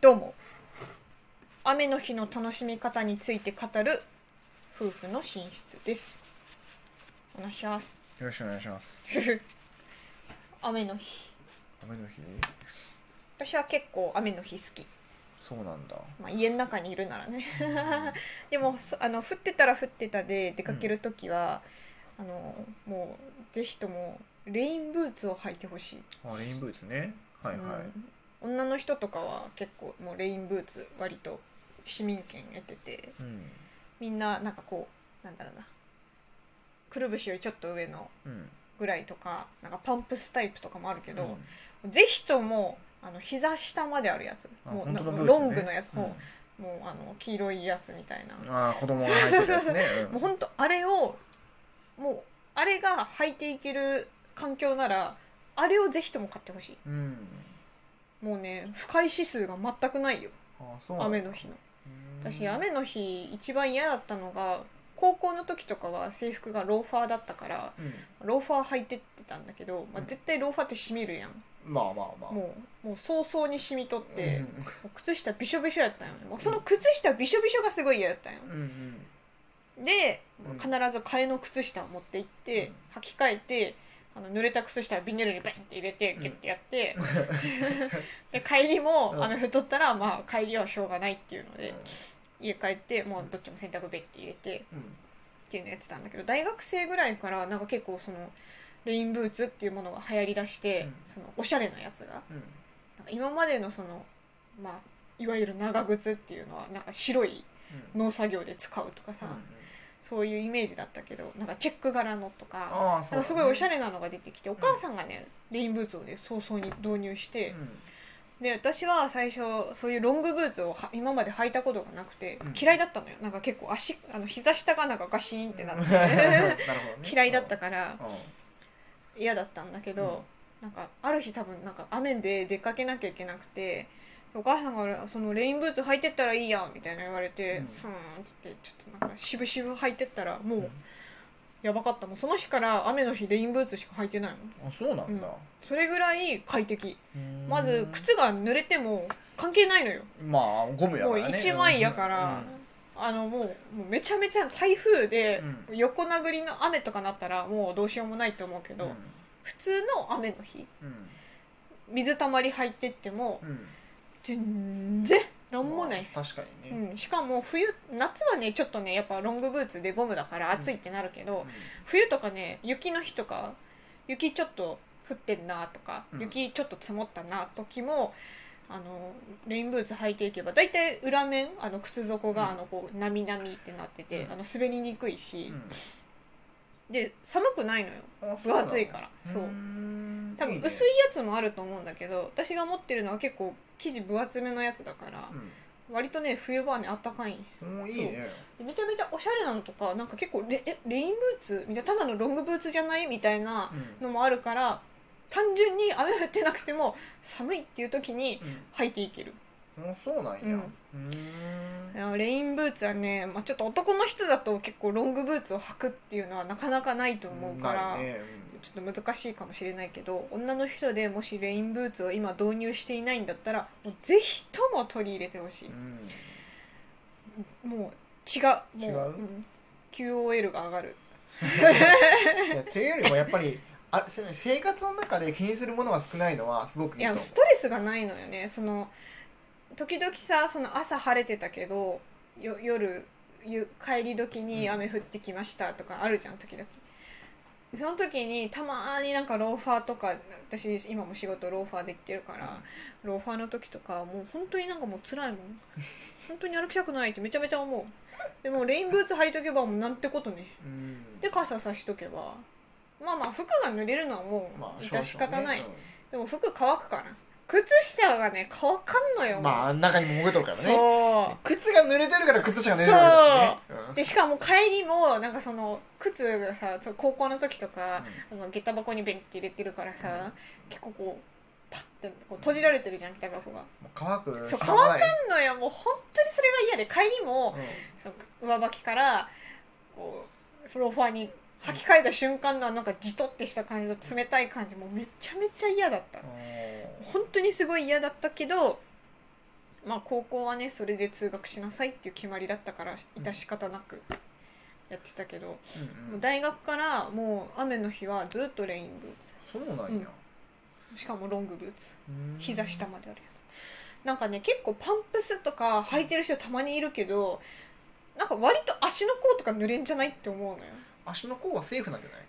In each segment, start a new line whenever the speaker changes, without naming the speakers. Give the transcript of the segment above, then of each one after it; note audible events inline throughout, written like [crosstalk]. どうも雨の日の楽しみ方について語る夫婦の寝室ですお願いします
よろしくお願いします
雨の日
雨の日
私は結構雨の日好き、
そうな
[laughs]
んだ
まあ、家の中にいるならね [laughs] でもそあの降ってたら降ってたで出かける時は、あのもうぜひともレインブーツを履いてほしい
あレインブーツねはいはい、
うん、女の人とかは結構もうレインブーツ割と市民権得てて
うん
みんななんかこうなんだろうなくるぶしよりちょっと上の
うん
ぐらいとかなんかパンプスタイプとかもあるけ
うん
ど、ぜひともあの膝下まであるやつ
あ
もう
本
な
当
ん
の
か
ブーツね
ロングのやつ、
うん
もうもうあの黄色いやつみたいな、
ああ子供が入ってるやつね
もうほんとあれをもうあれが履いていける環境ならあれをぜひとも買ってほしい
うん、うん、
もうね不快指数が全くないよ
あそうなんだ
雨の日の
うん
私雨の日一番嫌だったのが高校の時とかは制服がローファーだったから
うん
ローファー履いてってたんだけど、まあ
う、ん
絶対ローファーって染みるやん
まあまあまあ
もうもう早々に染み取って、
うん
もう靴下びしょびしょやったんよねもうその靴下びしょびしょがすごい嫌やったんよ
うんうん
で
うん
必ず替えの靴下を持って行って履き替えてあの濡れた靴下をビニールにバンって入れて
うん
ギュッてやって、
[laughs]
で帰りも
うん
雨降っとったらまあ帰りはしょうがないっていうので、家帰ってもうどっちも洗濯ベッて入れて
うん
っていうのやってたんだけど大学生ぐらいからなんか結構そのレインブーツっていうものが流行りだして、
うん
そのおしゃれなやつが
うん
なんか今までのそのまあいわゆる長靴っていうのはなんか白い
うん
農作業で使うとかさ、
うん
そういうイメージだったけどなんかチェック柄のとか
ああ
な
そ
ん
う
かすごいおしゃ
れ
れなのが出てきてお母さんがね、レインブーツをね早々に導入して、で私は最初そういうロングブーツをは今まで履いたことがなくて
うん
嫌いだったのよなんか結構足あの膝下がなんかガシーンって
[laughs]
なって、嫌いだったから嫌だったんだけど、なんかある日多分なんか雨で出かけなきゃいけなくてお母さんが「そのレインブーツ履いてったらいいやん」みたいな言われて「
う
うんん」っつってちょっとなんか渋々履いてったらも
う
うんやばかったもうその日から雨の日レインブーツしか履いてないもん
あそうなんだ
それぐらい快適
うん
まず靴が濡れても関係ないのよ
まあゴムや
も
か
う
らね
一枚やから、あのもうもうめちゃめちゃ台風で横殴りの雨とかなったらもうどうしようもないと思うけ
うん
ど、
うん
普通の雨の日
うん
水たまり入ってっても
うん
全然なんもない、
まあ確かに
う
ね
ん、しかも冬夏はねちょっとねやっぱロングブーツでゴムだから暑いってなるけど、冬とかね雪の日とか雪ちょっと降ってんなとか、
うん
雪ちょっと積もったな時もあのレインブーツ履いていけば大体裏面あの靴底が、
うん
あのこうなみなみってなってて、
うん
あの滑りにくいし、
う
で寒くないのよ
んあそう
分
なの
厚いからそう
ーん
多分薄
い
い
ね
やつもあると思うんだけど私が持ってるのは結構生地分厚めのやつだから、割とね冬場はねあったかい
うんおーいいね
でめちゃめちゃおしゃれなのとかなんか結構レえレインブーツみたいなただのロングブーツじゃないみたいな
うん
のもあるから単純に雨降ってなくても寒いっていう時に履いていける
うんあそうなんや
うん
うーん
いやレインブーツはね、まあ、ちょっと男の人だと結構ロングブーツを履くっていうのはなかなかないと思うから、
ないねうん
ちょっと難しいかもしれないけど女の人でもしレインブーツを今導入していないんだったらもうぜひとも取り入れてほしい、
うん
もう違うも
違うん
QOL が上がる
いやというよりもやっぱりあせ生活の中で気にするものが少ないのはすごく
い
いいと
や
思
ストレスがないのよねその時々さその朝晴れてたけどよ夜ゆ帰り時に
うん
雨降ってきましたとかあるじゃん時々その時にたまになんかローファーとか私今も仕事ローファーで行ってるから、ローファーの時とかもう本当になんかもう辛いもん本当に歩きたくないってめちゃめちゃ思うでもレインブーツ履いとけばもうなんてことね
う、うん、
で傘さしとけばまあまあ服が濡れるのはもう致し方ない、でも服乾くかな靴下がね乾かんのよ、
うんまあ中にも潜っとるからね
そ
靴が濡れてるから靴下が濡れてるわけだし
う
ね
でしかも帰りもなんかその靴がさそう高校の時とか、あの下駄箱にベンって入れてるからさ、
うん
結構こうパッてこう閉じられてるじゃん下駄箱が
うんもう乾く
そう
暇もない
乾かんのよもう本当にそれが嫌で帰りもその上履きからこうフローファーに履き替えた瞬間のなんかじとってした感じの冷たい感じもうめちゃめちゃ嫌だった
うん
本当にすごい嫌だったけどまあ高校はねそれで通学しなさいっていう決まりだったから致し方なくやってたけど、
うんう、
もうん大学からもう雨の日はずっとレインブー
そうなんや、
ツしかもロングブーツ
うん
膝下まであるやつなんかね結構パンプスとか履いてる人たまにいるけどなんか割と足の甲とか濡れんじゃないって思うのよ
足の甲はセーフなんじゃない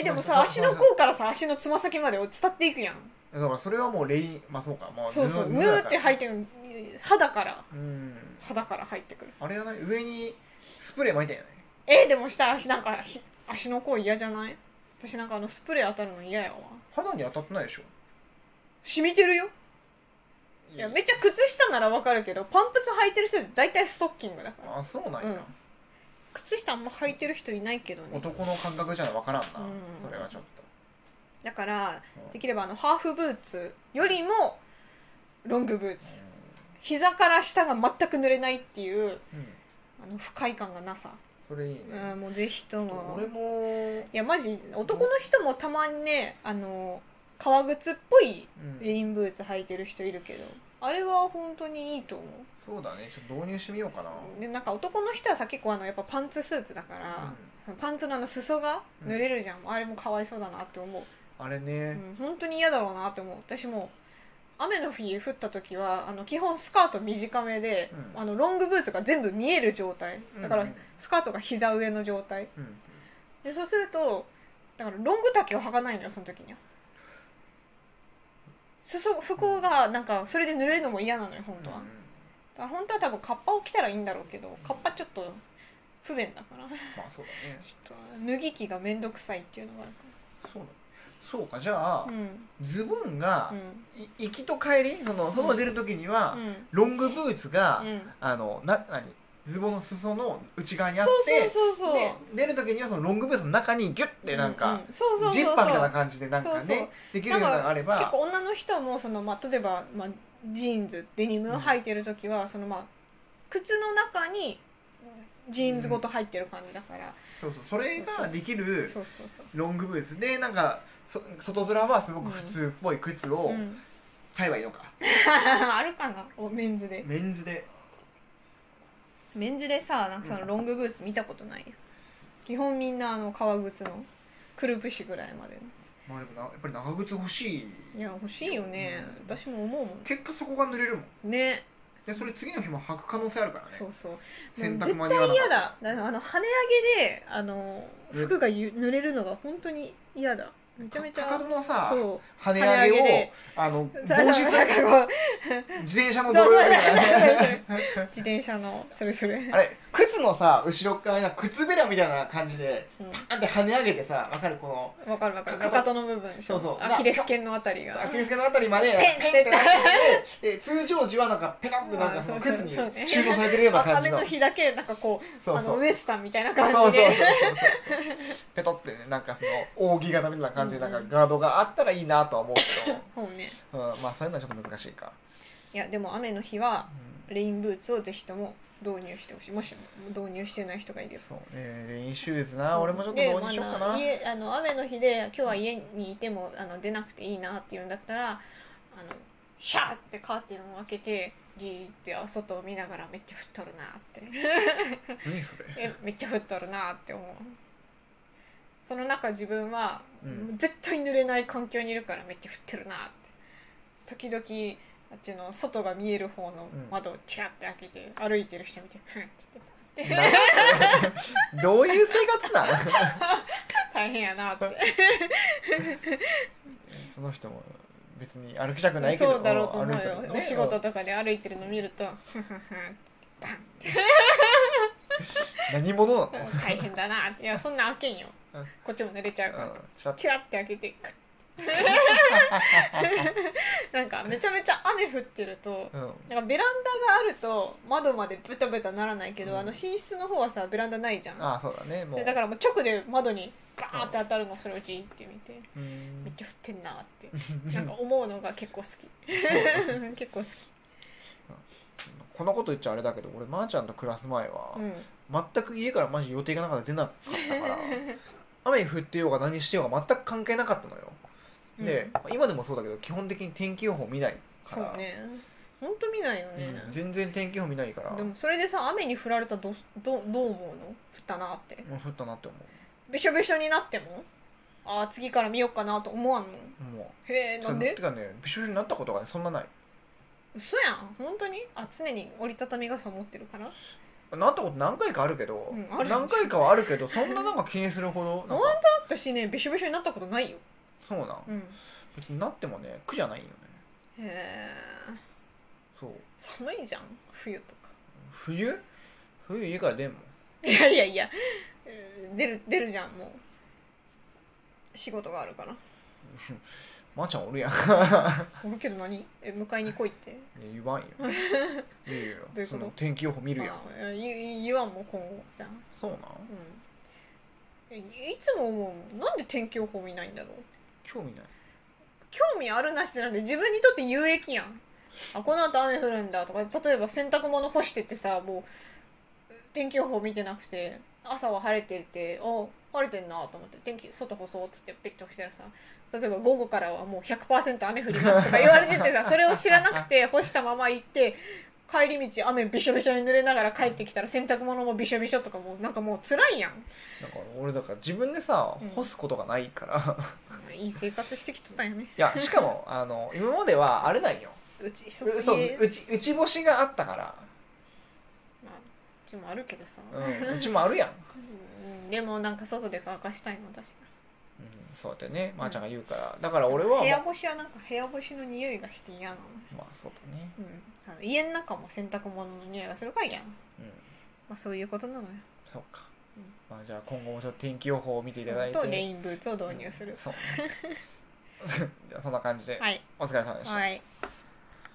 えでも
ま
さ
あ
足の甲からさ足のつま先まで伝っていくやん
だからそれはもうレインまあそうかまあ
そうそう
布
ヌ
布だ
ーっ
か
て
ら
履いてる肌から
うん
肌から入ってくる
あれはない上にスプレー巻いたんやね
えでもしたらなんかひ足の甲嫌じゃない私なんかあのスプレー当たるの嫌やわ
肌に当たってないでしょ
染みてるよいやめっちゃ靴下ならわかるけどパンプス履いてる人って大体ストッキングだから
あそうなんや、
靴下あんま履いてる人いないけどね
男の感覚じゃ分からんな、
うん
それはちょっと
だから
うん
できればあのハーフブーツよりもロングブーツ膝から下が全く濡れないっていう
うん、うん
あの不快感がなさ、
それいいね、
うん、もうぜひとも
俺も、
いやマジ男の人もたまにねあの革靴っぽい
うん
レインブーツ履いてる人いるけどあれは本当にいいと思う
そうだねちょっと導入してみようかな
でなんか男の人はさ結構あのやっぱパンツスーツだから、そのパンツのあの裾が濡れるじゃん、あれもかわいそうだなって思う、
あれ
う
ね、
ん、本当に嫌だろうなって思う私も雨の日降った時はあの基本スカート短めで、
うん
あのロングブーツが全部見える状態だから
うんうん
スカートが膝上の状態
うん
でそうするとだからロング丈を履かないのよその時には裾服がなんかそれで濡れるのも嫌なのよ本当は、
うん
だから本当は多分カッパを着たらいいんだろうけどカッパちょっと不便だからち
まあそうだね
ょっと脱ぎ着が面倒くさいっていうのがある
そうだそうかじゃあ、
からうん
ズボンが
うん、
い行きと帰りその外出る時には、
うん
ロングブーツが、
うん、
あのな何ズボンの裾の内側にあっ
そうそう
て
そうそう
で出る時にはそのロングブーツの中にギュッてなんか、
ううそうそうそうそう
ジッパーみたいな感じでなんかね
そうそう
できるようなのがあれ
結
ば
構女の人もその、まあ、例えば、まあ、ジーンズデニムを履いてる時は、そのまあ靴の中にジーンズごと入ってる感じだから、
そうそうそれができる
そうそうそう、
ロングブーツでなんかそ外面はすごく普通っぽい靴を
うん [laughs]
買えばいいのか、
あるかなおメンズで
メンズで
メンズでさなんかそのロングブーツ見たことないよ基本みんなあの革靴のくるぶしぐらいまでの
まあでもなやっぱり長靴欲しい
いや欲しいよね、
うん
私も思うも
結果そこが濡れるもん
んね
でそれ次の日も履く可能性あるからね
そうそう
洗
もう絶
濯間に合わ
対
なか
嫌
っ
だ
た
だからあの跳ね上げであの
うん
服がゆ濡れるのが本当に嫌だめちゃめち
か
ゃ
かとのさ
そう
跳ね上
跳ね上げ
げを
で
あの防
そう
止する
なんかこう
自転車
そうそ
の泥
う
棒みたい
自
な
転車のそれそれ
あれ靴のさ後ろ側に靴べらみたいな感じで
うん
パーンって跳ね上げてさわかるこの
わかるわかる
かか
かか
と
との部分でしょ
そうそう
アキレス腱のあたりが
アキレス腱のあたりまで
ペン
ペンってなってで通常時はなんかペタってなんかその
あー
靴
そうそう
に
そうね
収納されてるような
あ
感じ
雨
の
の日だけなんかこう
そう
あ
そ
の
う
ウエスタンみたいな
そう
感
そうそうそう
じで
そうペトってねなんかその扇形みたいな感じでなんかガードがあったらいいなとは思うけ
そうね
ど、うん、まあそういうのはちょっと難しいか、
いやでも雨の日は
うん
レインブーツをぜひとも導入してほしいもし導入してない人がいれば
そうねレインシューズな俺もちょっとどうにしよう
で
か
ま
な
あ家あの雨の日で今日は家にいてもあの出なくていいなっていうんだったらあのシャーってカーテンを開けてギーって外を見ながらめっちゃ降っとるなって [laughs]
何それ
えめっちゃ降っとるなって思うその中自分は、
うん
絶対濡れない環境にいるからめっちゃ降ってるなって時々あっちの外が見える方の窓をチラッて開けて歩いてる人見て「ふん」っつって
な [laughs] どういう生活なの
大変やなって
その人も別に歩きたくないけど
そうだろうと思う
歩いてる
よ、
ね
お仕事とかで歩いてるの見るとふんふんふんバンって
何者なの、うん、
大変だなっていやそんな開けんよ
うん
こっちも濡れちゃうから
ちょっと
チラッて開け
[laughs]
てクッなんかめちゃめちゃ雨降ってると
うん
なんかベランダがあると窓までベタベタならないけど、
うん
あの寝室の方はさベランダないじゃん
ああそうだねもう
でだからもう直で窓にバーって当たるのそれをじーって見て
う
めっ
ん
ちゃ降ってんなってなんか思うのが結構好き [laughs] 結構好き
こんなこと言っちゃあれだけど俺まー、ちゃんと暮らす前は、
うん
全く家からマジ予定がなかった
[laughs]
出なかったから雨降ってようが何してようが全く関係なかったのよ、で
うん
まあ今でもそうだけど基本的に天気予報見ないか
そう
ら、
ねほんと見ないよ
う
ね、
ん、全然天気予報見ないから
で
も
もそれでさ雨に降られたらどうすどうどう思うの降ったなって
う降ったなって思
びしょびしょになってもああ次から見よっかなと思わんの
うも
へえ
う
なん
て
で
かねびしょびしょになったことがねそんなない
嘘やん本当にあ常に折りたたみ傘持ってるから
なったこと何回かあるけど、
うんある
何回かはあるけどそんななんか気にするほどなん
本
か
当私ねびしょびしょになったことないよ
そうなん
うん
別になってもね苦じゃないよね
へえ
そう
寒いじゃん冬とか [laughs]
冬冬家から出んもん
いやいやいやうん出る出るじゃんもう仕事があるから
まー、ちゃんおるやん
おるけど何え迎えに来いって
いや
[laughs]
言わんよいやいや
どういうこと
その天気予報見るやん
あー言言わんもん今後じゃん
そうなん
うん、いいつも思うもんなんで天気予報見ないんだろう
興味ない
興味あるなしじゃなくて自分にとって有益やんあこの後雨降るんだとか例えば洗濯物干しててさもう天気予報見てなくて朝は晴れててあ晴れてんなと思って天気外干そうっつってペッて干したらさ例えば午後からはもう100%雨降りますとか言われててさそれを知らなくて干したまま行って帰り道雨びしょびしょに濡れながら帰ってきたら洗濯物もびしょびしょとかもうなんかもう辛いやん
だから俺だから自分でさ
うん
干すことがないから、 [laughs] い
いい生活してきとったよね。
やしかもあの今までは荒れないよ
うち、そこ
そう
家、
うちうち干しがあったから、
まあ、うちもあるけどさ。
うん、うちもあるやん、
うんでもなんか外で乾かしたいの私
うん、そうやってねまー、ちゃんが言うからだから俺は、
部屋
ま
干しはなんか部屋干しの匂いがして嫌なの,、
あそうだね、
うん、あの家の中も洗濯物の匂いがするから嫌なの
うん、
まあそういうことなのよ
そうか
うん、
まあ、じゃあ今後もちょっと天気予報を見ていただいて
そうとレインブーツを導入する、
そうね [laughs] じゃあそんな感じで、
はい
お疲れ様でした、
はい